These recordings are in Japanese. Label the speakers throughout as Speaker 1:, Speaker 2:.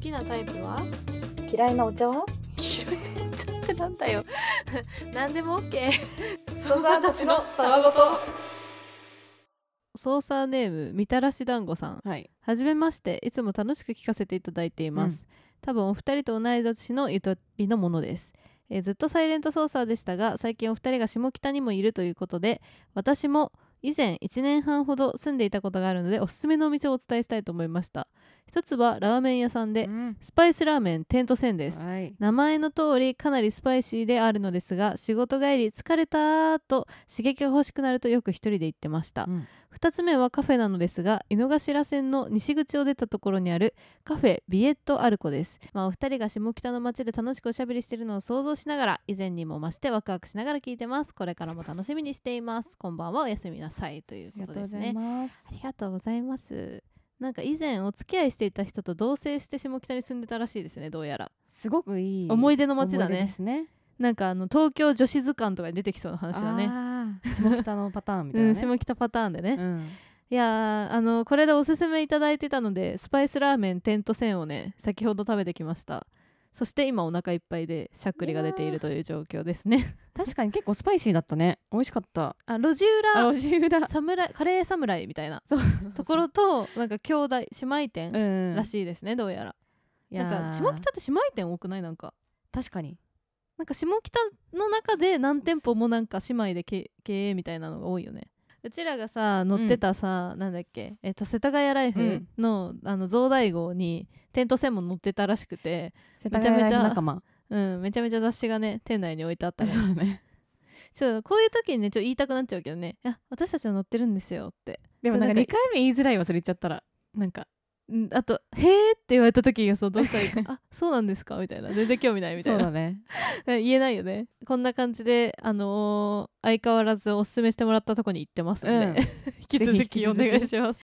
Speaker 1: きなタイプは
Speaker 2: 嫌いなお茶は
Speaker 1: 黄色いのちょっとなんだよ 何でも OK
Speaker 2: 父さんたちのたわごと
Speaker 1: 操作ネームみたらし団子さん
Speaker 3: はい。
Speaker 1: はじめましていつも楽しく聞かせていただいています、多分お二人と同い年のゆとりのものです、えーずっとサイレントソーサーでしたが最近お二人が下北にもいるということで私も以前1年半ほど住んでいたことがあるのでおすすめのお店をお伝えしたいと思いました一つはラーメン屋さんで
Speaker 3: うん
Speaker 1: スパイスラーメンテントセンです
Speaker 3: はい。
Speaker 1: 名前の通りかなりスパイシーであるのですが仕事帰り疲れたと刺激が欲しくなるとよく一人で行ってました、
Speaker 3: うん
Speaker 1: 2つ目はカフェなのですが井の頭線の西口を出たところにあるカフェビエットアルコです、まあ、お二人が下北の街で楽しくおしゃべりしているのを想像しながら以前にも増してワクワクしながら聞いてますこれからも楽しみにしていますこんばんはおやすみなさいという
Speaker 3: あり
Speaker 1: こと
Speaker 3: がとう
Speaker 1: で
Speaker 3: ご
Speaker 1: す
Speaker 3: ざ
Speaker 1: ね
Speaker 3: います。
Speaker 1: ありがとうございますなんか以前お付き合いしていた人と同棲して下北に住んでたらしいですねどうやら
Speaker 3: すごくいい
Speaker 1: 思い出の街だね
Speaker 3: 思い出ですね。
Speaker 1: なんかあの東京女子図鑑とかに出てきそうな話だね。
Speaker 3: あー下北のパターンみた
Speaker 1: う
Speaker 3: いな、
Speaker 1: ん、
Speaker 3: ね。
Speaker 1: 下北パターンでね、
Speaker 3: う
Speaker 1: い
Speaker 3: ん
Speaker 1: やーあのこれでおすすめいただいてたのでスパイスラーメンテントセンをね先ほど食べてきましたそして今お腹いっぱいでしゃっくりが出ているという状況ですね
Speaker 3: 確かに結構スパイシーだったね。美味しかった。
Speaker 1: あ路地
Speaker 3: あ、
Speaker 1: 裏
Speaker 3: 路地裏。
Speaker 1: 侍カレー侍みたいなところとなんか兄弟姉妹
Speaker 3: う
Speaker 1: 店
Speaker 3: ん。
Speaker 1: らしいですね、どうやら
Speaker 3: いやー。
Speaker 1: なんか下北って姉妹店多くないなんか
Speaker 3: 確かに。
Speaker 1: なんか下北の中で何店舗もなんか姉妹でけ経営みたいなのが多いよねうちらがさ乗ってたさ、なんだっけ、えっと世田谷ライフの,、あの増大号にテント線も乗ってたらしくて、
Speaker 3: 世
Speaker 1: め
Speaker 3: 田
Speaker 1: ちゃめ
Speaker 3: 谷
Speaker 1: ちゃ
Speaker 3: ライフ仲 間。
Speaker 1: うん、めちゃめちゃ雑誌がね店内に置いてあったね
Speaker 3: そうね。
Speaker 1: ちょっとこういう時にねちょっと言いたくなっちゃうけどね「いや私たちは乗ってるんですよ」って、
Speaker 3: でもなんか
Speaker 1: なん
Speaker 3: 2
Speaker 1: か
Speaker 3: 回目言いづらい忘れちゃったら。なんか。
Speaker 1: うん、あと「へえ」って言われた時がそうどうしたらいいか「あそうなんですか」みたいな全然興味ないみたい
Speaker 3: そう
Speaker 1: な
Speaker 3: だね。
Speaker 1: ね 言えないよねこんな感じであのー相変わらずおすすめしてもらったとこに行ってますんで、
Speaker 3: うん
Speaker 1: 引き続きお願
Speaker 3: ぜひ引き続
Speaker 1: い
Speaker 3: き
Speaker 1: します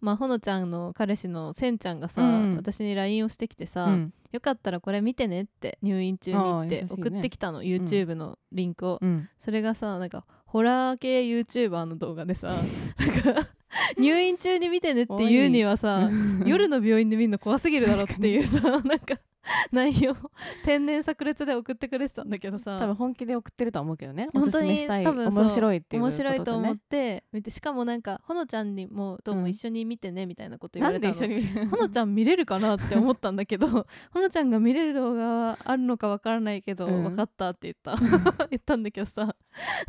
Speaker 1: まあほのちゃんの彼氏のせんちゃんがさ、
Speaker 3: うん
Speaker 1: 私に LINE をしてきてさ、
Speaker 3: うん。
Speaker 1: よかったらこれ見てねって入院中に言っ
Speaker 3: ああ
Speaker 1: て
Speaker 3: 優しいね
Speaker 1: 送ってきたの、YouTube のリンクを、
Speaker 3: うん。
Speaker 1: それがさなんかホラー系 YouTuber の動画でさなんか入院中に見てねっていうにはさ夜の病院で見るの怖すぎるだろっていうさなんか内容天然炸裂で送ってくれてたんだけどさ
Speaker 3: 多分本気で送ってるとは思うけどね。お
Speaker 1: 本
Speaker 3: す
Speaker 1: 当
Speaker 3: す
Speaker 1: に
Speaker 3: めしたい。
Speaker 1: 多分そう
Speaker 3: 面白いっていうこ
Speaker 1: 面
Speaker 3: とでね。
Speaker 1: 白いと思って見てしかもなんかほのちゃんにもどう
Speaker 3: う
Speaker 1: も
Speaker 3: ん
Speaker 1: 一緒に見てねみたいなこと言
Speaker 3: な
Speaker 1: わ
Speaker 3: ん
Speaker 1: れた
Speaker 3: で
Speaker 1: の、
Speaker 3: 一緒に見る
Speaker 1: ほ のちゃん見れるかなって思ったんだけど ほのちゃんが見れる動画はあるのかわからないけど、
Speaker 3: うん
Speaker 1: わかったって言 った言ったんだけどさ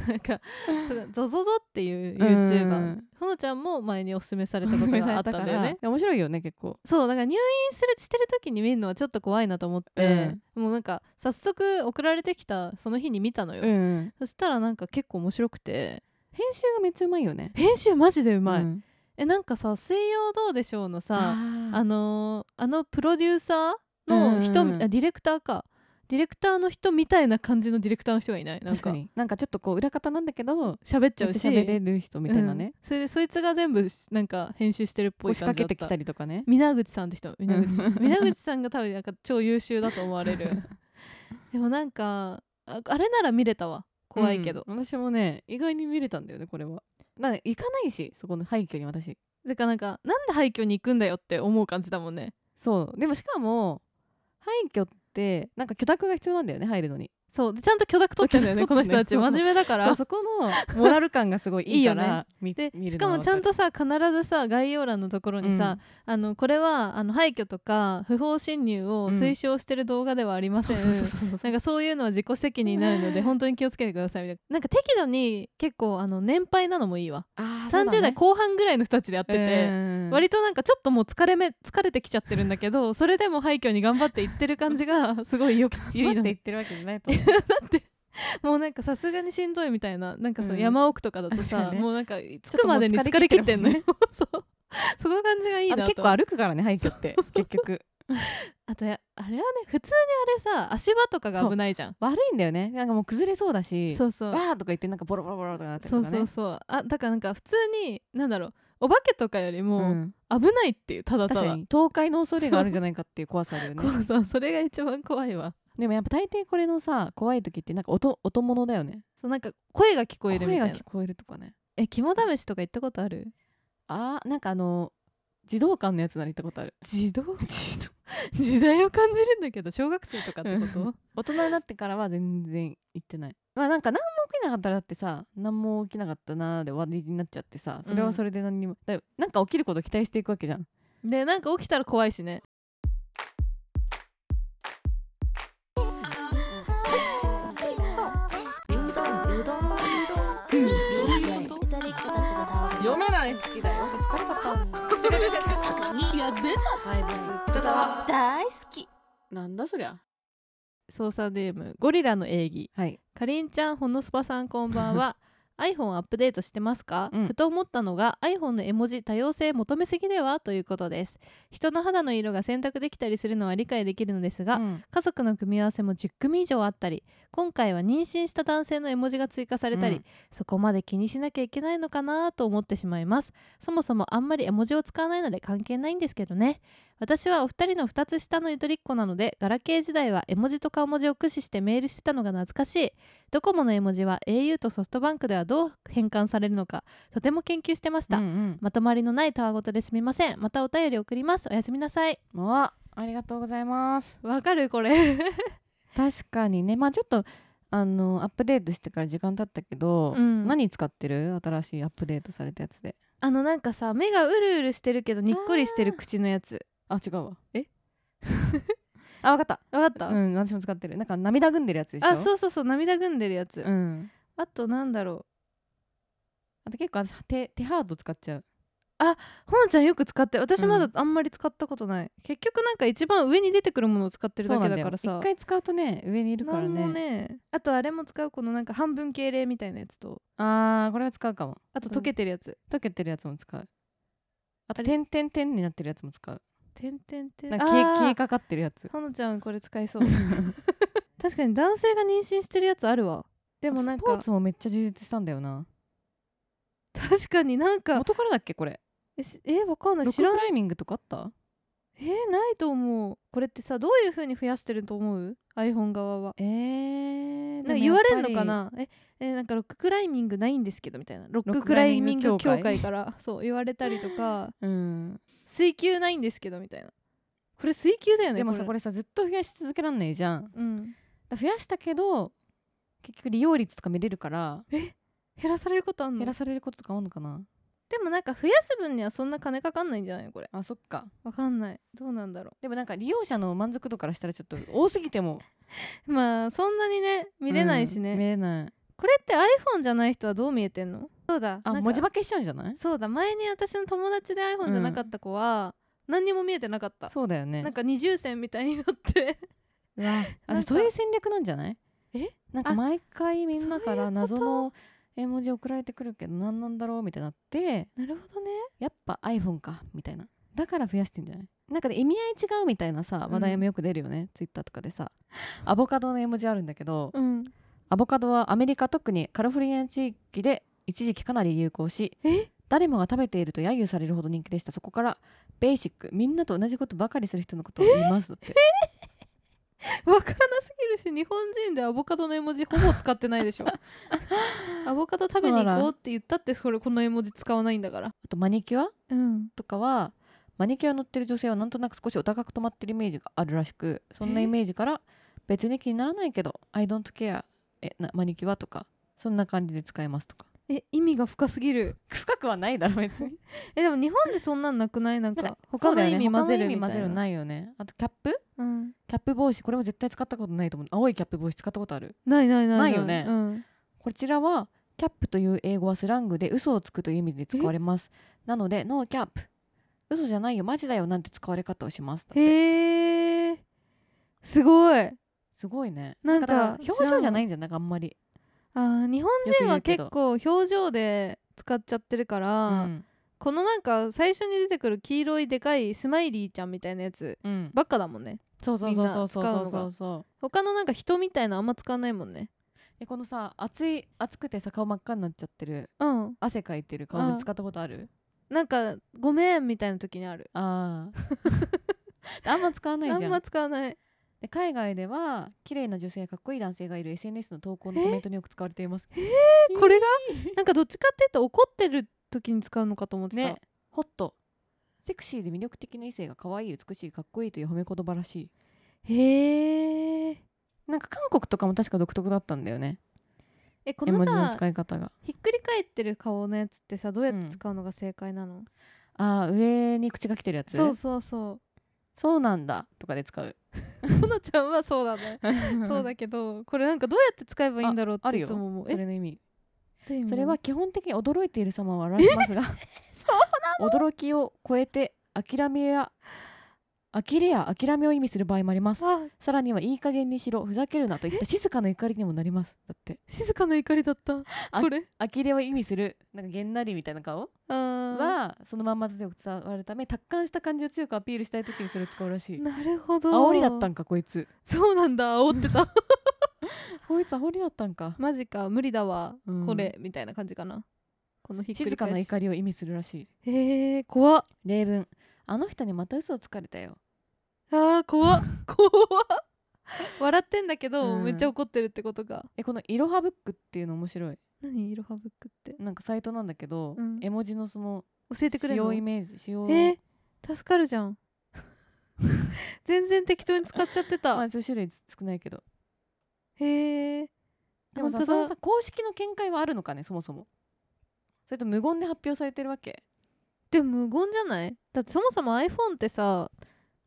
Speaker 1: なんかそうゾゾゾっていう
Speaker 3: う
Speaker 1: YouTuber
Speaker 3: ん
Speaker 1: ほのちゃんも前におすすめされ
Speaker 3: お
Speaker 1: た
Speaker 3: す
Speaker 1: こと
Speaker 3: すめさ
Speaker 1: があっ
Speaker 3: れ
Speaker 1: た
Speaker 3: た
Speaker 1: ん
Speaker 3: か
Speaker 1: だよ
Speaker 3: ら
Speaker 1: ね
Speaker 3: い や面白いよね結構
Speaker 1: そうだから入院するしてる時に見るのはちょっと怖いなと思って、もうなんか早速送られてきたその日に見たのよ、
Speaker 3: うん
Speaker 1: そしたらなんか結構面白くて
Speaker 3: 編集がめっちゃうまいよね
Speaker 1: 編集マジでうまい、
Speaker 3: ん
Speaker 1: えなんかさ「水曜どうでしょう」のさあ
Speaker 3: あ
Speaker 1: のーあのプロデューサー
Speaker 3: うんう
Speaker 1: の
Speaker 3: ん
Speaker 1: 人、
Speaker 3: うん
Speaker 1: あディレクターかディレクターの人みたいな感じのディレクターの人がいないなん
Speaker 3: 確
Speaker 1: か
Speaker 3: かになんかちょっとこう裏方なんだけど
Speaker 1: 喋っち
Speaker 3: め
Speaker 1: ゃ
Speaker 3: っ
Speaker 1: う
Speaker 3: ち
Speaker 1: し
Speaker 3: ゃ喋れる人みたいな
Speaker 1: うん
Speaker 3: ね
Speaker 1: それでそいつが全部なんか編集してるっぽい
Speaker 3: 押し
Speaker 1: 感
Speaker 3: か
Speaker 1: じだ
Speaker 3: け
Speaker 1: ってた
Speaker 3: きたりとかね
Speaker 1: 皆口さんって人皆口さ
Speaker 3: うん ん
Speaker 1: 皆口さんが多分なんか超優秀だと思われ るでもなんかああれなら見れたわ怖いけど、
Speaker 3: うん私もね意外に見れたんだよねこれはなんか行かないしそこの廃墟に私
Speaker 1: だからなんかなんで廃墟に行くんだよって思う感じだもんね
Speaker 3: そうでもしかも廃墟ってなんか許諾が必要なんだよね入るのに
Speaker 1: そうでちゃんと許諾取ってんだよね
Speaker 3: 許
Speaker 1: こ
Speaker 3: 諾
Speaker 1: の
Speaker 3: 取って
Speaker 1: 人
Speaker 3: んだ
Speaker 1: た
Speaker 3: よ
Speaker 1: ち真面目だから
Speaker 3: そうそこのモラル感がすごいいい か
Speaker 1: いいよ
Speaker 3: らみ
Speaker 1: で
Speaker 3: 見るのは
Speaker 1: しかもちゃんとさ必ずさ概要欄のところにさ、あのこれはあの廃墟とか不法侵入を推奨してる動画ではありま
Speaker 3: わ
Speaker 1: せ
Speaker 3: か
Speaker 1: ん、
Speaker 3: るそうそうそ うそう
Speaker 1: なんかそういうのは自己責任になるので本当に気をつけてくださいみたいななんか適度に結構あの年配なのもいいわ、
Speaker 3: あーそうだね
Speaker 1: 30代後半ぐらいの人たちでやってて、
Speaker 3: うん
Speaker 1: 割となんかちょっともう疲れめ疲れてきちゃってるんだけどそれでも廃墟に頑張って行ってる感じがすごいよく
Speaker 3: 待
Speaker 1: い
Speaker 3: って
Speaker 1: な
Speaker 3: 言ってるわけじゃないと思う
Speaker 1: もうなんかさすがにしんどいみたいななんかさ、
Speaker 3: うん
Speaker 1: 山奥とかだとさ
Speaker 3: 確かにね
Speaker 1: もうなんか着くまでに疲れ切ってんのよ そうその感じがいい
Speaker 3: あ
Speaker 1: な
Speaker 3: と
Speaker 1: と
Speaker 3: 結構歩くからね廃墟って結局
Speaker 1: あとやあれはね普通にあれさ足場とかが危ないじゃん
Speaker 3: 悪いんだよねなんかもう崩れそうだし
Speaker 1: そうそう
Speaker 3: わーとか言ってなんかボロボロボロとかなってる
Speaker 1: そ
Speaker 3: と
Speaker 1: う
Speaker 3: かね
Speaker 1: そうそうあだからなんか普通になんだろうお化けとかより
Speaker 3: う
Speaker 1: も
Speaker 3: ん
Speaker 1: 危ないっていうただた
Speaker 3: 確
Speaker 1: だ、
Speaker 3: かに倒壊の恐れがあるんじゃないかっていう怖さだ よ
Speaker 1: こ
Speaker 3: ね
Speaker 1: うさそれが一番怖いわ
Speaker 3: でもやっぱ大抵これのさ怖い時ってなんか音音物だよね
Speaker 1: そうなんか声が聞こえ
Speaker 3: 声
Speaker 1: るみた
Speaker 3: が
Speaker 1: いな
Speaker 3: 聞こえるとかね
Speaker 1: え肝試しとか行ったことある
Speaker 3: あーなんかあの児童館のやつなら行ったことある
Speaker 1: 時 代時代を感じるんだけど小学生とかってこ
Speaker 3: う
Speaker 1: と
Speaker 3: 大人になってからは全然行ってないまあなんか何も起きなかったらだってさ何も起きなかったなーで終わりになっちゃってさそれはそれで何にも、だなんか起きることを期待していくわけじゃん
Speaker 1: でなんか起きたら怖いしね
Speaker 3: 読めない好きだよ
Speaker 4: 大好き
Speaker 1: 操作ネームゴリラの営義
Speaker 3: はい
Speaker 1: かりんちゃんほのすばさんこんばん は iPhone アップデートしてますか、
Speaker 3: うん
Speaker 1: ふと思ったのが iPhone の絵文字多様性求めすぎではということです人の肌の色が選択できたりするのは理解できるのですが、
Speaker 3: うん
Speaker 1: 家族の組み合わせも10組以上あったり今回は妊娠した男性の絵文字が追加されたり、
Speaker 3: うん
Speaker 1: そこまで気にしなきゃいけないのかなと思ってしまいますそもそもあんまり絵文字を使わないので関係ないんですけどね私はお二人の2つ下のゆとりっ子なのでガラケー時代は絵文字と顔文字を駆使してメールしてたのが懐かしいドコモの絵文字は au とソフトバンクではどう変換されるのかとても研究してました、
Speaker 3: うんうん
Speaker 1: まとまりのないたわごとですみませんまたお便り送りますおやすみなさい
Speaker 3: もうありがとうございます
Speaker 1: わかるこれ
Speaker 3: 確かにねまあちょっとあのアップデートしてから時間経ったけど、
Speaker 1: うん
Speaker 3: 何使ってる新しいアップデートされたやつで
Speaker 1: あのなんかさ目がうるうるしてるけどにっこりしてる口のやつ
Speaker 3: あ違うわ
Speaker 1: え
Speaker 3: あ分かった
Speaker 1: わかった、
Speaker 3: うん私も使ってるなんか涙ぐんでるやつでしょ
Speaker 1: あ
Speaker 3: う
Speaker 1: そうそうそう涙ぐんでるやつ、
Speaker 3: うん
Speaker 1: あとなんだろ
Speaker 3: あと結構私手手ハート使っちゃう
Speaker 1: うほのちゃんよく使って私ま
Speaker 3: う
Speaker 1: だ
Speaker 3: ん
Speaker 1: あんまり使ったことない、結局なんか一番上に出てくるものを使ってるだけだから
Speaker 3: そうな
Speaker 1: さ
Speaker 3: んだよ一回使うとね上にいるか
Speaker 1: な
Speaker 3: ら
Speaker 1: ん
Speaker 3: ね
Speaker 1: もねあとあれも使うこのなんか半分敬礼みたいなやつと
Speaker 3: あーこれは使うかも
Speaker 1: あと溶けてるやつ
Speaker 3: 溶けてるやつも使うあと点点点になってるやつも使う
Speaker 1: てんてんてん
Speaker 3: なんか消え
Speaker 1: あー
Speaker 3: 消えかかってるやつ
Speaker 1: ほのちゃんこれ使い そう確かに男性が妊娠してるやつあるわで
Speaker 3: で
Speaker 1: もなん
Speaker 3: スポー
Speaker 1: か
Speaker 3: ツもめっちゃ充実したんだよな
Speaker 1: 確かになんか
Speaker 3: 元からだっけこれ
Speaker 1: えしえわかんない
Speaker 3: ロック
Speaker 1: 知
Speaker 3: ク
Speaker 1: らん
Speaker 3: ライミングとかあった
Speaker 1: えー、ないと思うこれってさどういう風に増やしてると思う iPhone 側は
Speaker 3: えー、
Speaker 1: なんか言われんのかなええーなんかロッククライミングないんですけどみたいなロッ
Speaker 3: ロ
Speaker 1: ク
Speaker 3: ックク
Speaker 1: ク
Speaker 3: ラ
Speaker 1: ラ
Speaker 3: イ
Speaker 1: イミ
Speaker 3: ミン
Speaker 1: ン
Speaker 3: グ協
Speaker 1: グ
Speaker 3: 会
Speaker 1: 協会からそう言われたりとか
Speaker 3: うん
Speaker 1: 水球ないんですけどみたいなこれ水球だよね
Speaker 3: でもさこれさずっと増やし続けらんないじゃんだか
Speaker 1: うん、
Speaker 3: ら増やしたけど結局利用率とか見れるから
Speaker 1: 減らされることあんの
Speaker 3: 減ら
Speaker 1: で
Speaker 3: されることとかあるのかな
Speaker 1: もなんか増やす分にはそんな金かかんないんじゃないこれ
Speaker 3: あそっか
Speaker 1: わかんないどうなんだろ
Speaker 3: でもなんか利用者の満足度からしたらちょっと多すぎても
Speaker 1: うまあそんなにね 見れないしね、
Speaker 3: うん見れない
Speaker 1: これって iPhone じゃない人はどう見えてんのそうだ
Speaker 3: あ
Speaker 1: なんか
Speaker 3: 文字化けしちゃうんじゃない
Speaker 1: そうだ前に私の友達で iPhone じゃなかった子は、何にも見えてなかった
Speaker 3: そうだよね
Speaker 1: なんか二重線みたいになって
Speaker 3: うわあ
Speaker 1: なんか
Speaker 3: そういう戦略なんじゃない
Speaker 1: え
Speaker 3: なんか
Speaker 1: あ
Speaker 3: 毎回みんなか
Speaker 1: そういうこ
Speaker 3: ら
Speaker 1: と
Speaker 3: 謎の絵文字送られてくるけど何なんだろうみたいになって
Speaker 1: なるほどね
Speaker 3: やっぱ iPhone かみたいなだから増やしてんじゃないなんかね意味合い違うみたいなさ
Speaker 1: うん
Speaker 3: 話題もよく出るよね、ツイッターとかでさアボカドの絵文字あるんだけど、
Speaker 1: うん
Speaker 3: アボカドはアメリカ特にカリフォルニア地域で一時期かなり流行し
Speaker 1: え
Speaker 3: 誰もが食べていると揶揄されるほど人気でしたそこからベーシックみんなと同じことばかりする人のことを言いますだって
Speaker 1: わからなすぎるし日本人でアボカドの絵文字ほぼ使ってないで しょアボカド食べに行こうって言ったってそれこの絵文字使わないんだから
Speaker 3: あとマニキュア
Speaker 1: うん
Speaker 3: とかはマニキュア乗ってる女性はなんとなく少しお高く止まってるイメージがあるらしくそんなイメージから別に気にならないけど「I don't care えなマニキュア」とかそんな感じで使えますとか
Speaker 1: え意味が深すぎる
Speaker 3: 深くはないだろ別に
Speaker 1: えでも日本でそんなんなくないなん
Speaker 3: なん
Speaker 1: か
Speaker 3: か
Speaker 1: 他の意味混ぜる
Speaker 3: そうだよね他の意味
Speaker 1: みた
Speaker 3: 混ぜ
Speaker 1: い
Speaker 3: る
Speaker 1: な
Speaker 3: のないよねあとキャップ
Speaker 1: うん、
Speaker 3: キャップ帽子これも絶対使ったことないと思う青いキャップ帽子使ったことある
Speaker 1: ないないない
Speaker 3: ないよね
Speaker 1: うん、
Speaker 3: こちらはキャップという英語はスラングで嘘をつくという意味で使われますなのでノーキャップ嘘じゃないよマジだよなんて使われ方をしますだって
Speaker 1: へえすごい
Speaker 3: すごいね
Speaker 1: なんか
Speaker 3: だら表情じゃないいんじゃないあんまり、
Speaker 1: あー日本人は
Speaker 3: よく言うけ
Speaker 1: 結構表情で使っちゃってるか
Speaker 3: う
Speaker 1: ら、
Speaker 3: ん
Speaker 1: このなんか最初に出てくる黄色いでかいスマイリーちゃんみたいなやつ
Speaker 3: うん、
Speaker 1: ばっかだもんね
Speaker 3: そうそうそうそうそ
Speaker 1: み
Speaker 3: う
Speaker 1: んな使
Speaker 3: そうう
Speaker 1: のが
Speaker 3: そうそう
Speaker 1: 他のなんか人みたいなあんま使わないもんね
Speaker 3: えこのさ暑い暑くてさ顔真っ赤になっちゃってる
Speaker 1: うん
Speaker 3: 汗かいてる顔
Speaker 1: う
Speaker 3: 文
Speaker 1: ん
Speaker 3: 字使ったことある
Speaker 1: なんかごめんみたいな時にある
Speaker 3: あ ああんま使わない
Speaker 1: あ
Speaker 3: じ
Speaker 1: ん
Speaker 3: ゃん
Speaker 1: ま使わない
Speaker 3: で海外では綺麗な女性やかっこいい男性がいる SNS の投稿のコメントによく使われています
Speaker 1: これがなんかどっちかっていうと怒ってる時に使うのかと思ってた、
Speaker 3: ねホットセクシーで魅力的な異性が可愛い美しいかっこいいという褒め言葉らしい
Speaker 1: へえ
Speaker 3: なんか韓国とかも確か独特だったんだよね
Speaker 1: えこ
Speaker 3: 絵
Speaker 1: の
Speaker 3: 文字の
Speaker 1: さ
Speaker 3: 使い方が
Speaker 1: ひっくり返ってる顔のやつってさどうやって使うのが正解なの、
Speaker 3: あー上に口が来てるやつ
Speaker 1: そうそうそう
Speaker 3: そうなんだとかで使う
Speaker 1: ほのちゃんはそうだね そうだけどこれなんかどうやって使えばいいんだろう
Speaker 3: あ
Speaker 1: って
Speaker 3: る
Speaker 1: い
Speaker 3: よ
Speaker 1: つも思う
Speaker 3: それの意味
Speaker 1: え
Speaker 3: それは基本的に驚いている様は笑い ますが驚きを超えて諦めや呆れや諦めを意味する場合もあります
Speaker 1: あ
Speaker 3: さらにはいい加減にしろふざけるなといった静かな怒りにもなりますだって
Speaker 1: 静かな怒りだった
Speaker 3: あ
Speaker 1: これ
Speaker 3: 呆れを意味するなんかげんなりみたいな顔
Speaker 1: あー
Speaker 3: はそのまんま強く伝わるため達観した感じを強くアピールしたい時にそれを使うらしい
Speaker 1: なるほど
Speaker 3: 煽りだったんかこいつ
Speaker 1: そうなんだ煽ってた
Speaker 3: こいつ煽りだったんか
Speaker 1: マジか無理だわ、
Speaker 3: うん
Speaker 1: これみたいな感じかなこのひっくり
Speaker 3: 静かな
Speaker 1: 返し
Speaker 3: 怒りを意味するらしい
Speaker 1: へえ怖っ
Speaker 3: 例文あの人にまた嘘をつかれたよ
Speaker 1: あー怖っ怖っ笑ってんだけど、
Speaker 3: うん
Speaker 1: めっちゃ怒ってるってことか
Speaker 3: えこのイロハブックっていうの面白い
Speaker 1: 何イロハブックって
Speaker 3: なんかサイトなんだけど、
Speaker 1: うん
Speaker 3: 絵文字のその
Speaker 1: 教えてく
Speaker 3: 使
Speaker 1: れるの
Speaker 3: 用イメージ使用
Speaker 1: えー、助かるじゃん 全然適当に使っちゃって
Speaker 3: ま
Speaker 1: た
Speaker 3: あそういう種類少ないけど
Speaker 1: へえ
Speaker 3: でもさ
Speaker 1: 本当
Speaker 3: そ
Speaker 1: だ
Speaker 3: のさ公式の見解はあるのかねそもそもそれと無言で発表されてるわけ
Speaker 1: でも無言じゃないだってそもそも iPhone ってさ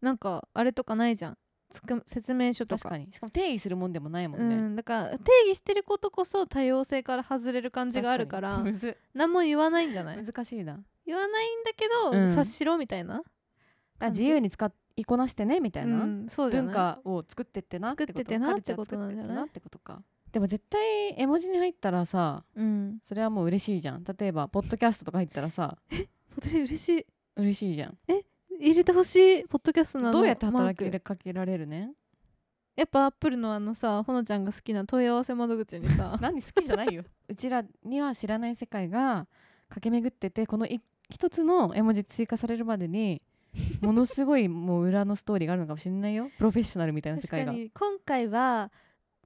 Speaker 1: なんかあれとかないじゃんつく説明書と
Speaker 3: 確
Speaker 1: か
Speaker 3: かにしかも定義するもんでもないもんね、
Speaker 1: うん、だから定義してることこそ多様性から外れる感じがあるから
Speaker 3: 確にむず
Speaker 1: 何も言わないんじゃない
Speaker 3: 難しいなだか
Speaker 1: 言わないんだけど、
Speaker 3: うん
Speaker 1: 察しろみたいな
Speaker 3: ら自由に使いこなしてねみたいな、
Speaker 1: うん、そうじゃない
Speaker 3: 文化を作ってってなってこと
Speaker 1: 作ってってなってことなんじゃない
Speaker 3: カルチャー作ってってことかでも絶対絵文字に入ったらさ
Speaker 1: うん
Speaker 3: それはもう嬉しいじゃん例えばポッドキャストとか入ったらさ
Speaker 1: ポトリ嬉しい
Speaker 3: 嬉しいじゃん
Speaker 1: 入れてほしいポッドキャストなの
Speaker 3: どうやって働
Speaker 1: マー
Speaker 3: き
Speaker 1: ク
Speaker 3: かけられるね
Speaker 1: やっぱアップルのあのさほのちゃんが好きな問い合わせ窓口にさ
Speaker 3: 何好きじゃないようちらには知らない世界が駆け巡っててこのい一つの絵文字追加されるまでにものすごいもう裏のストーリーがあるのかもしれないよプロフェッショナルみたいな世
Speaker 1: 確
Speaker 3: 界
Speaker 1: か
Speaker 3: が
Speaker 1: に今回は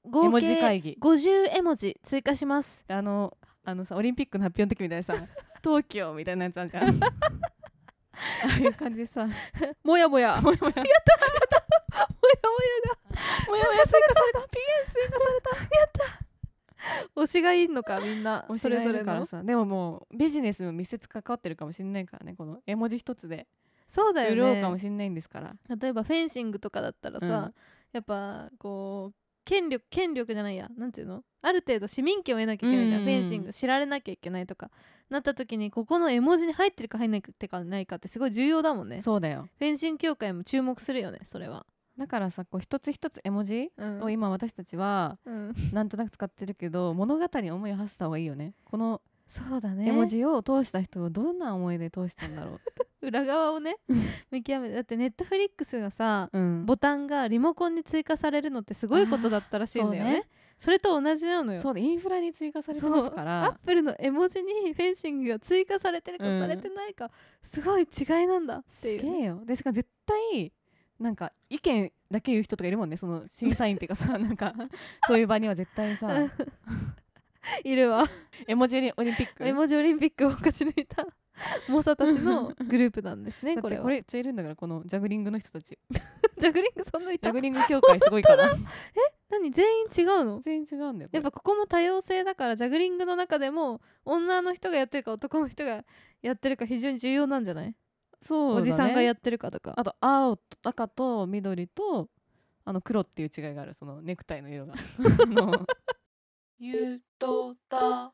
Speaker 3: 絵
Speaker 1: 合
Speaker 3: 文字
Speaker 1: 計
Speaker 3: 会議
Speaker 1: 50絵文字追加します
Speaker 3: あのあのさオリンピックの発表の時みたいにさ東京みたいなやつあるじゃんああいう感じでさも
Speaker 1: もやも やもや
Speaker 3: や もや
Speaker 1: もや追加されたピエン追加されたやった推しがいいのかみんな
Speaker 3: お
Speaker 1: そ
Speaker 3: 知
Speaker 1: れ
Speaker 3: ら
Speaker 1: ぞ
Speaker 3: せ
Speaker 1: れ
Speaker 3: だから
Speaker 1: の
Speaker 3: さでももうビジネスも密接関わってるかもしれないからねこの絵文字一つで
Speaker 1: そうだよね
Speaker 3: 潤うかもしれないんですから
Speaker 1: 例えばフェンシングとかだったらさ、
Speaker 3: うん
Speaker 1: やっぱこう権力権力じゃないやなんていうのある程度市民権を得なきゃいけないじゃん、
Speaker 3: うんうんうん
Speaker 1: フェンシング知られなきゃいけないとかなった時にここの絵文字に入ってるか入んないかってかないかってすごい重要だもんね
Speaker 3: そうだよ
Speaker 1: フェンシング協会も注目するよねそれは
Speaker 3: だからさこう一つ一つ絵文字
Speaker 1: うん
Speaker 3: を今私たちは
Speaker 1: うん、
Speaker 3: なんとなく使ってるけど物語に思いを馳せた方がいいよねこの
Speaker 1: そうだね
Speaker 3: 絵文字を通した人をどんな思いで通したんだろう、
Speaker 1: 裏側をね見極めてだってネットフリックスがさ
Speaker 3: うん
Speaker 1: ボタンがリモコンに追加されるのってすごいことだったらしいんだよね
Speaker 3: あーそうね
Speaker 1: それと同じなのよ
Speaker 3: そうだインフラに追加されてますか
Speaker 1: アッ
Speaker 3: ら
Speaker 1: プルの絵文字にフェンシングが追加されてるか
Speaker 3: うん
Speaker 1: されてないか、すごい違いなんだって
Speaker 3: す
Speaker 1: いう
Speaker 3: げえよでしかも絶対なんか意見だけ言う人とかいるもんねその審査員っていうかさ なんかそういう場には絶対さ
Speaker 1: うんいるわ
Speaker 3: 絵文字オリンピック
Speaker 1: 絵文字オリンピックを勝ち抜い た猛者たちのグループなんですね
Speaker 3: だっ
Speaker 1: こ
Speaker 3: て
Speaker 1: れ
Speaker 3: こ
Speaker 1: は
Speaker 3: れめっちゃいるんだからこのジャグリングの人たち
Speaker 1: ジャグリングそんない
Speaker 3: ジャ
Speaker 1: た
Speaker 3: グリング協会すごい から
Speaker 1: 何全員違うの
Speaker 3: 全然違うんだよ
Speaker 1: やっぱここも多様性だからジャグリングの中でも女の人がやってるか男の人がやってるか非常に重要なんじゃない、
Speaker 3: そうだ、ね、
Speaker 1: おじさんがやってるかとか
Speaker 3: あと青と赤と緑とあの黒っていう違いがあるそのネクタイの色 があの
Speaker 2: ゆとた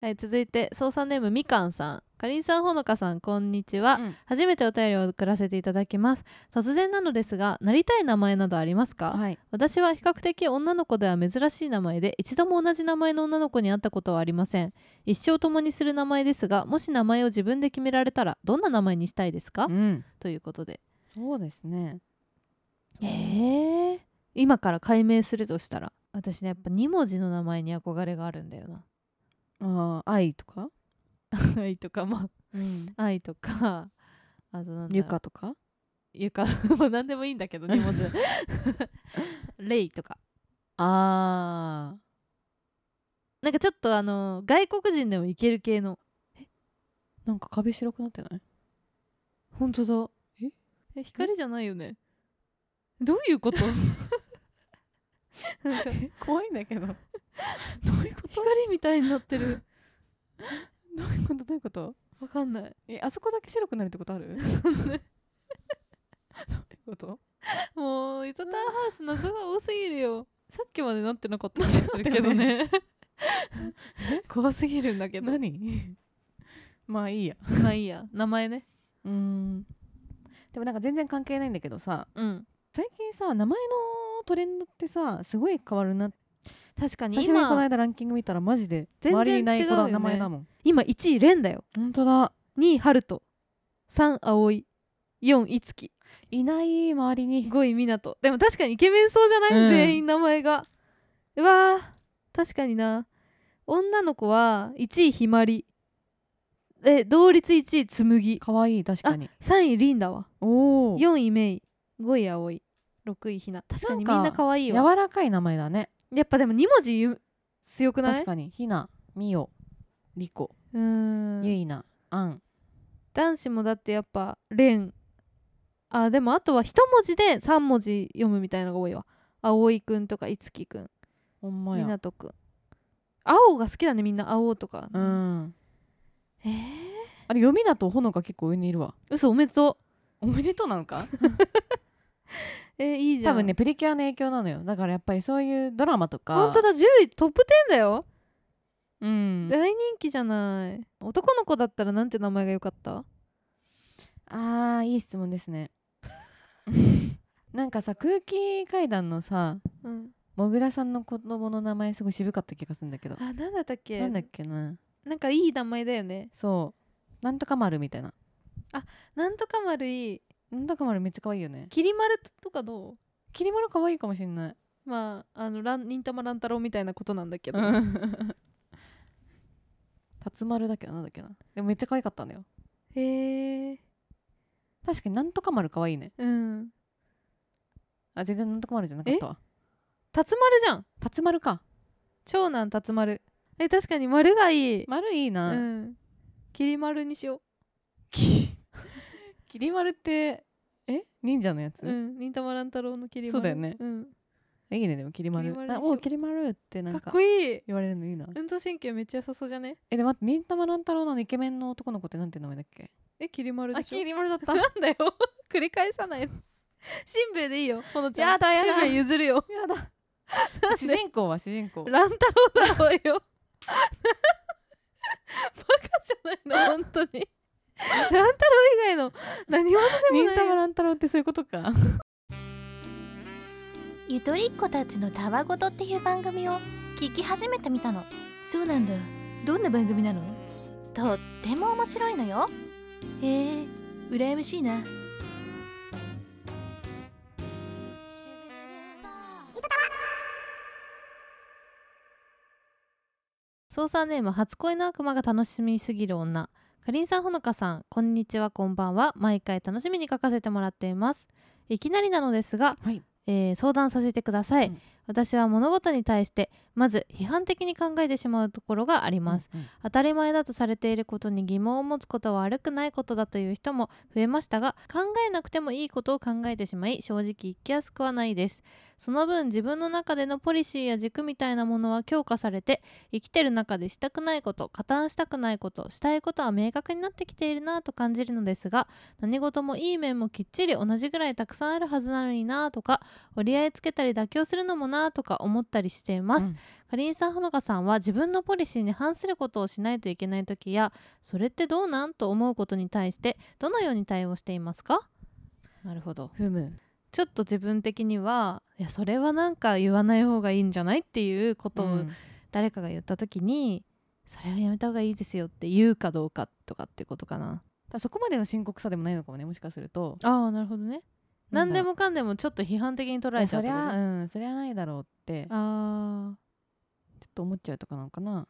Speaker 1: はい続いて操作ネームみかんさんかりんさんほのかさんこんにちは、
Speaker 3: うん
Speaker 1: 初めてお便りを送らせていただきます突然なのですがなりたい名前などありますか、
Speaker 3: はい
Speaker 1: 私は比較的女の子では珍しい名前で一度も同じ名前の女の子に会ったことはありません一生共にする名前ですがもし名前を自分で決められたらどんな名前にしたいですか、
Speaker 3: うん
Speaker 1: ということで
Speaker 3: そうですね
Speaker 1: えー、今から解明するとしたら私ねやっぱ2文字の名前に憧れがあるんだよ な
Speaker 3: あー愛とか、
Speaker 1: 愛とかま
Speaker 3: うん、
Speaker 1: あ愛とかあとなんだろう
Speaker 3: ゆかとか
Speaker 1: ゆか もう何でもいいんだ けど2文字レイとか
Speaker 3: あ
Speaker 1: なんかちょっとあの外国人でもいける系のえ
Speaker 3: なんか壁白くなってない
Speaker 1: 本当だ
Speaker 3: え
Speaker 1: え光じゃないよねどういう ことなんか
Speaker 3: 怖いんだけ どどういうこと
Speaker 1: 光みたいになってる
Speaker 3: どういうことどういうこと
Speaker 1: わかんない
Speaker 3: えあそこだけ白くなるってことある どういうこと
Speaker 1: もうイトターハウス謎が多すぎるよさっきまでなってなかった気がするけどね 怖すぎるんだけど
Speaker 3: 何 まあいいや
Speaker 1: まあいいや名前ね
Speaker 3: うーんでもなんか全然関係ないんだけどさ
Speaker 1: うん
Speaker 3: 最近さ名前のトレンドってさすごい変わるな
Speaker 1: 確かに
Speaker 3: 最初にこの
Speaker 1: 今
Speaker 3: 間ランキング見たらマジで
Speaker 1: 全然
Speaker 3: 周りにない子
Speaker 1: 違うよ
Speaker 3: の
Speaker 1: ね
Speaker 3: 名前だもん、
Speaker 1: 今1位レンだよ
Speaker 3: ほんとだ
Speaker 1: 2位ハルト3位葵4位いつき
Speaker 3: いない周りに
Speaker 1: 5位みなとでも確かにイケメンそうじゃない、
Speaker 3: うん
Speaker 1: 全員名前がうわー確かにな女の子は1位ひまりえ同率1位つむぎ
Speaker 3: 可愛い確かに
Speaker 1: 3位りんだわ
Speaker 3: おお柔
Speaker 1: 4位めい5位葵6位ひな確かにみ
Speaker 3: なんんか
Speaker 1: な可愛いわ
Speaker 3: らかい名前だね
Speaker 1: やっぱでも2文字ゆ強くない
Speaker 3: 確かにひなみよりこ
Speaker 1: うーん
Speaker 3: ゆいなあん
Speaker 1: 男子もだってやっぱレンあでもあとは一文字で3文字読むみたいなのが多いわ葵くんとかいつきくん
Speaker 3: ほんま
Speaker 1: みな
Speaker 3: や
Speaker 1: とくん青が好きだねみんな青とか、
Speaker 3: うん
Speaker 1: えー、
Speaker 3: あれ読みだとほのか結構上にいるわ
Speaker 1: 嘘おめでと
Speaker 3: おめでとうなのか
Speaker 1: うえー、いいじゃ
Speaker 3: 多
Speaker 1: ん
Speaker 3: 分ねプリキュアの影響なのよだからやっぱりそういうドラマとか
Speaker 1: 本当だ10位トップ10だよ、
Speaker 3: うん
Speaker 1: 大人気じゃない男の子だったらなんて名前が良かった
Speaker 3: あーいい質問ですねなんかさ空気階段のさ
Speaker 1: うん
Speaker 3: もぐらさんの子供の名前すごい渋かった気がするんだけど
Speaker 1: あなんだったっけ
Speaker 3: なんだっけな
Speaker 1: なんかいい名前だよね
Speaker 3: そうなんとか丸みたいな
Speaker 1: なんとか丸いい
Speaker 3: なんとか丸めっちゃ可愛いよね
Speaker 1: きり丸とかどう
Speaker 3: きり丸可愛いかもしんない
Speaker 1: まああのらん忍たま乱太郎みたいなことなんだけど、
Speaker 3: たつまるだっけななんだっけなでもめっちゃ可愛かったんだよ
Speaker 1: へえ
Speaker 3: 確かになんとか丸可愛いね
Speaker 1: うん
Speaker 3: あ全然なんとか丸じゃなかったわ
Speaker 1: たつまるじゃん
Speaker 3: たつまるか
Speaker 1: 長男たつまるえ確かに丸がいい、
Speaker 3: 丸いいうな、
Speaker 1: んきり丸にしよ
Speaker 3: ききり丸ってえ忍者のやつ、
Speaker 1: ううん忍たま乱太郎のきり丸
Speaker 3: そうだよね
Speaker 1: うん、
Speaker 3: いいねでもきり丸
Speaker 1: きり丸
Speaker 3: な
Speaker 1: にしよう
Speaker 3: おうきり丸ってなん
Speaker 1: かっ
Speaker 3: か
Speaker 1: こいい
Speaker 3: 言われるのいいな
Speaker 1: 運動神経めっちゃ良さそうじゃね
Speaker 3: えでも待って忍たま乱太郎のイケメンの男の子ってなんて名前だっけ
Speaker 1: えきり丸でしょ
Speaker 3: り丸だっ
Speaker 1: なんだよ 繰り返さないのしんべヱでいいよほのちゃん
Speaker 3: やだやだ
Speaker 1: しんべヱ譲るよ
Speaker 3: や だ主人公は主人公
Speaker 1: 乱太郎だろうよ バカじゃないの本当に乱太郎以外の何者でも
Speaker 3: 忍
Speaker 1: ない
Speaker 3: たま
Speaker 1: よ
Speaker 3: 乱太郎ってそういうことか
Speaker 4: ゆとりっ子たちのたわごとっていう番組を聞き始めてみたのそうなんだどんな番組なのとっても面白いのよへえ羨ましいな
Speaker 1: 操作ネーム初恋の悪魔が楽しみすぎる女かりんさんほのかさんこんにちはこんばんは毎回楽しみに書かせてもらっていますいきなりなのですが、
Speaker 3: はい
Speaker 1: えー相談させてください、
Speaker 3: うん
Speaker 1: 私は物事に対してまず批判的に考えてしまうところがあります、
Speaker 3: うんうん
Speaker 1: 当たり前だとされていることに疑問を持つことは悪くないことだという人も増えましたが考えなくてもいいことを考えてしまい正直生きやすくはないですその分自分の中でのポリシーや軸みたいなものは強化されて生きてる中でしたくないこと加担したくないことしたいことは明確になってきているなと感じるのですが何事もいい面もきっちり同じぐらいたくさんあるはずなのになとか折り合いつけたり妥協するのもなとか思ったりしています、
Speaker 3: うん
Speaker 1: かりんさんほのかさんは自分のポリシーに反することをしないといけない時やそれってどうなんと思うことに対してどのように対応していますかなるほど
Speaker 3: ふむ
Speaker 1: ちょっと自分的にはいやそれはなんか言わない方がいいんじゃないっていうこと
Speaker 3: う
Speaker 1: を
Speaker 3: ん
Speaker 1: 誰かが言った時に、それはやめた方がいいですよって言うかどうかとかってことかな
Speaker 3: ただそこまでの深刻さでもないのかもねもしかすると
Speaker 1: ああなるほどね
Speaker 3: な
Speaker 1: 何
Speaker 3: んだ
Speaker 1: で
Speaker 3: ろ
Speaker 1: もかんでもちょっと批判的に捉
Speaker 3: い
Speaker 1: え
Speaker 3: や
Speaker 1: ちゃ
Speaker 3: そうり
Speaker 1: と
Speaker 3: ゃ、
Speaker 1: かね
Speaker 3: うんそりゃないだろうって
Speaker 1: あ
Speaker 3: ちょっと思っちゃうとかなのかな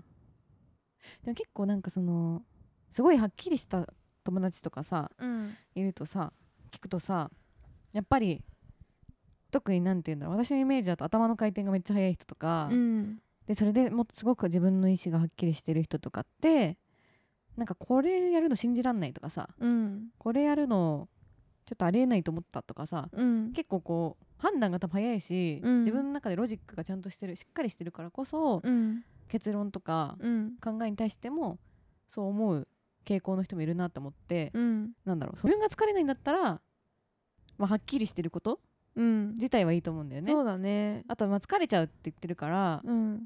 Speaker 3: でも結構なんかそのすごいはっきりした友達とかさ
Speaker 1: あうん
Speaker 3: いるとさ聞くとさやっぱり特になんて言うんだろう私のイメージだと頭の回転がめっちゃ速い人とか、
Speaker 1: うん
Speaker 3: でそれでもっとすごく自分の意思がはっきりしてる人とかってなんかこれやるの信じらんないとかさ
Speaker 1: うん
Speaker 3: これやるのちょっとありえないと思ったとかさ
Speaker 1: うん
Speaker 3: 結構こう判断が多分早いし、
Speaker 1: うん
Speaker 3: 自分の中でロジックがちゃんとしてるしっかりしてるからこそ、
Speaker 1: うん
Speaker 3: 結論とか
Speaker 1: うん
Speaker 3: 考えに対してもそう思う傾向の人もいるなと思って、
Speaker 1: うん
Speaker 3: なんだろう自分が疲れないんだったら、まあ、はっきりしてること
Speaker 1: うん
Speaker 3: 自体はいいと思うんだよね
Speaker 1: そ。うだね
Speaker 3: あとはまあ疲れちゃうって言ってるから、
Speaker 1: うん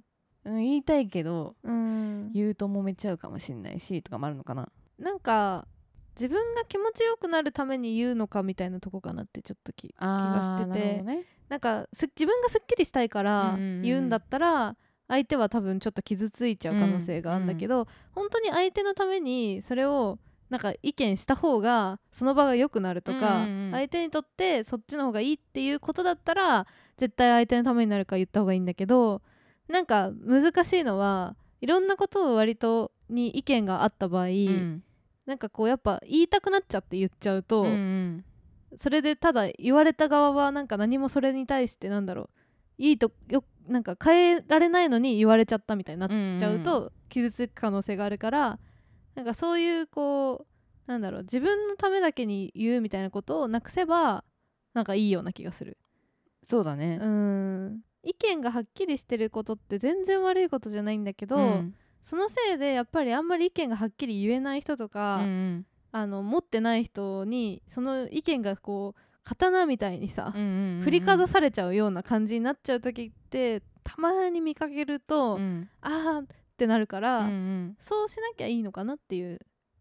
Speaker 3: うん、言いたいけど
Speaker 1: うん
Speaker 3: 言うと揉めちゃうかもしんないしとかもあるのかな。
Speaker 1: なんか自分が気持ちよくなるために言うのかみたいなとこかなってちょっとき
Speaker 3: あー
Speaker 1: 気がしてて
Speaker 3: なるほどね
Speaker 1: なんかす自分がすっきりしたいから
Speaker 3: うんうんうん
Speaker 1: 言うんだったら相手は多分ちょっと傷ついちゃう可能性があるんだけど、本当に相手のためにそれをなんか意見した方がその場が良くなるとか、
Speaker 3: うんうんうん
Speaker 1: 相手にとってそっちの方がいいっていうことだったら絶対相手のためになるから言った方がいいんだけどなんか難しいのはいろんなことを割とに意見があった場合、
Speaker 3: うん
Speaker 1: なんかこうやっぱ言いたくなっちゃって言っちゃうと、
Speaker 3: うんうん
Speaker 1: それでただ言われた側はなんか何もそれに対してなんだろういいとよなんか変えられないのに言われちゃったみたいになっちゃう
Speaker 3: うん
Speaker 1: と傷つく可能性があるからなんかそういうこうなんだろう自分のためだけに言うみたいなことをなくせばなんかいいような気がする
Speaker 3: そうだね
Speaker 1: う。ん意見がはっきりしてることって全然悪いことじゃないんだけど、
Speaker 3: うん
Speaker 1: そのせいでやっぱりあんまり意見がはっきり言えない人とか、
Speaker 3: うんうん
Speaker 1: あの持ってない人にその意見がこう刀みたいにさ
Speaker 3: うん、うんうん
Speaker 1: 振りかざされちゃうような感じになっちゃう時ってたまに見かけると、
Speaker 3: うん
Speaker 1: あーってなるから、
Speaker 3: うんうん
Speaker 1: そうしなきゃいいのかなっていう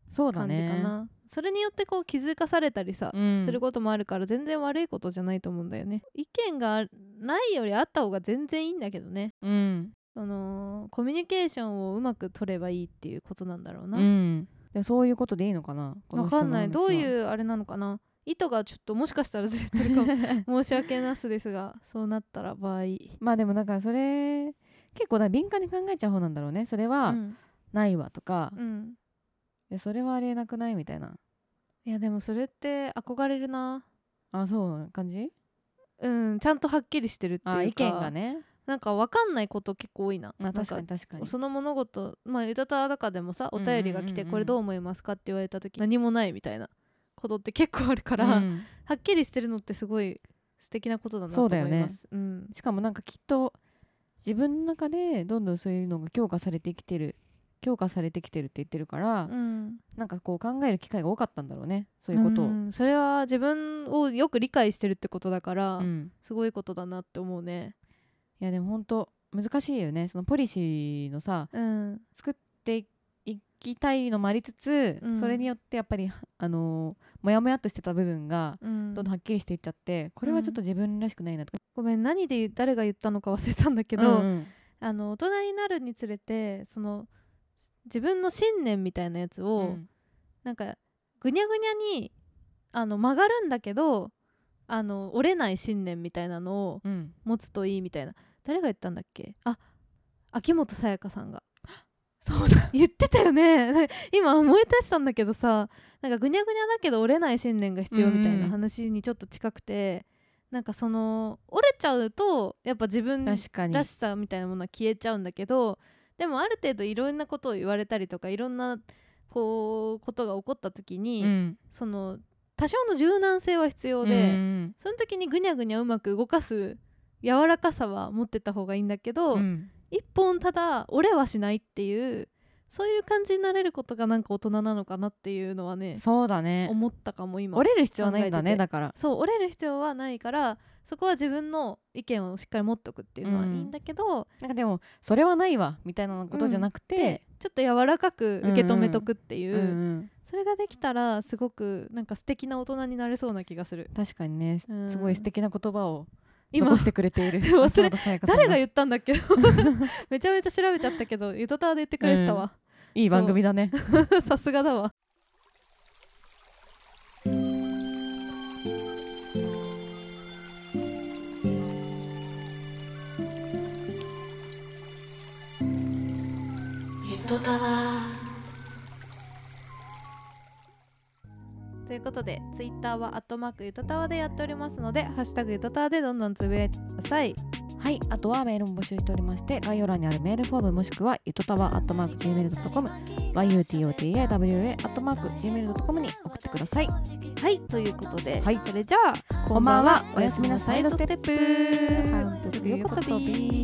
Speaker 3: そうだ
Speaker 1: 感じ
Speaker 3: ね
Speaker 1: かなそ,、れによってこう気づかされたりさ、
Speaker 3: うん
Speaker 1: することもあるから全然悪いことじゃないと思うんだよね意見がないよりあった方が全然いいんだけどね
Speaker 3: うん
Speaker 1: そのコミュニケーションをうまく取ればいいっていうことなんだろうな、
Speaker 3: うんでもそういうことでいいのかな
Speaker 1: わかんないどう
Speaker 3: う
Speaker 1: いうあれなのかな意図がちょっともしかしたらずれてる かも申し訳なすですがそうなったら場合
Speaker 3: まあでもだからそれ結構だから敏感に考えちゃう方なんだろうねそれは
Speaker 1: うん
Speaker 3: ないわとか、
Speaker 1: うん
Speaker 3: でそれはありえなくないみたいない
Speaker 1: やでもそれって憧れるな
Speaker 3: あそうな感じ
Speaker 1: うんちゃんとはっきりしてるっていう
Speaker 3: あ
Speaker 1: か
Speaker 3: 意見がね、
Speaker 1: なんかわかんないこと結構多いな,、
Speaker 3: ま
Speaker 1: な
Speaker 3: あ、
Speaker 1: ん
Speaker 3: 確かに確かに
Speaker 1: その物事まあ歌ただかでもさお
Speaker 3: うんうんうんう
Speaker 1: 便
Speaker 3: ん
Speaker 1: りが来てこれどう思いますかって言われた時何もないみたいなことって結構あるから、
Speaker 3: うん
Speaker 1: はっきりしてるのってすごい素敵なことだなと
Speaker 3: そう
Speaker 1: 思
Speaker 3: だ
Speaker 1: い
Speaker 3: よね
Speaker 1: ますうん
Speaker 3: しかもなんかきっと自分の中でどんどんそういうのが強化されてきてる強化されてきてるって言ってるから、
Speaker 1: うん
Speaker 3: なんかこう考える機会が多かったんだろうねそういうことを、
Speaker 1: んそれは自分をよく理解してるってことだから、
Speaker 3: うん
Speaker 1: すごいことだなって思うね
Speaker 3: いやでも本当難しいよねそのポリシーのさ
Speaker 1: うん
Speaker 3: 作っていきたいのもありつつ、
Speaker 1: うん
Speaker 3: それによってやっぱりあのーモヤモヤっとしてた部分が
Speaker 1: うん
Speaker 3: どんどんはっきりしていっちゃって、これはちょっと自分らしくないなとか、
Speaker 1: ごめん何で誰が言ったのか忘れたんだけ
Speaker 3: け
Speaker 1: ど、
Speaker 3: ど、
Speaker 1: あの大人になるにつれてその自分の信念みたいなやつを、
Speaker 3: うん
Speaker 1: なんかぐにゃぐにゃにあの曲がるんだけどあの折れない信念みたいなのを
Speaker 3: うん
Speaker 1: 持つといいみたいな誰が言ったんだっけあ秋元さやかさん がそうだ言ってたよね 今思い出したんだけどさなんかぐにゃぐにゃだけど折れない信念が必要みたい
Speaker 3: うんう
Speaker 1: なん話にちょっと近くて、なんかその折れちゃうとやっぱ自分
Speaker 3: 確かに
Speaker 1: らしさみたいなものは消えちゃうんだけどでもある程度いろんなことを言われたりとかいろんなこうことが起こった時に、
Speaker 3: うん
Speaker 1: その多少の柔軟性は必要で、
Speaker 3: うん
Speaker 1: その時にぐにゃぐにゃうまく動かす柔らかさは持ってた方がいいんだけど、
Speaker 3: うん
Speaker 1: 一本ただ折れはしないっていうそういう感じになれることがなんか大人なのかなっていうのはね
Speaker 3: そうだね
Speaker 1: 思ったかも今
Speaker 3: 折れる必要はないんだ
Speaker 1: 考えて
Speaker 3: ね
Speaker 1: て
Speaker 3: だから
Speaker 1: そう折れる必要はないからそこは自分の意見をしっかり持っとくっていうのはいいんだけど、
Speaker 3: なんかでもそれはないわみたいなことじゃなくて
Speaker 1: で、ちょっと柔らかく受け止めとくっていうう、
Speaker 3: んうん
Speaker 1: それができたらすごくなんか素敵な大人になれそうな気がする
Speaker 3: 確かにね
Speaker 1: うん
Speaker 3: すごい素敵な言葉を
Speaker 1: 今
Speaker 3: 残してくれてい る
Speaker 1: 忘れ
Speaker 3: 松本さやかさん
Speaker 1: 誰が言ったんだっけ めちゃめちゃ調べちゃったけどゆとたわで言ってくれてたわ、
Speaker 3: いい番組だね
Speaker 1: さすがだわ
Speaker 2: ゆとたわ
Speaker 1: ということでツイッターは「アットマークゆとたわ」でやっておりますので「ハッシュタグゆとたわ」でどんどんつぶやいてください
Speaker 3: はいあとはメールも募集しておりまして概要欄にあるメールフォームもしくはゆとたわ @gmail.com yutotawa.gmail.com に送ってください
Speaker 1: はいということで、
Speaker 3: はい
Speaker 1: それじゃあ
Speaker 3: こんばんはおやすみなさいドステップ
Speaker 1: 半分横跳び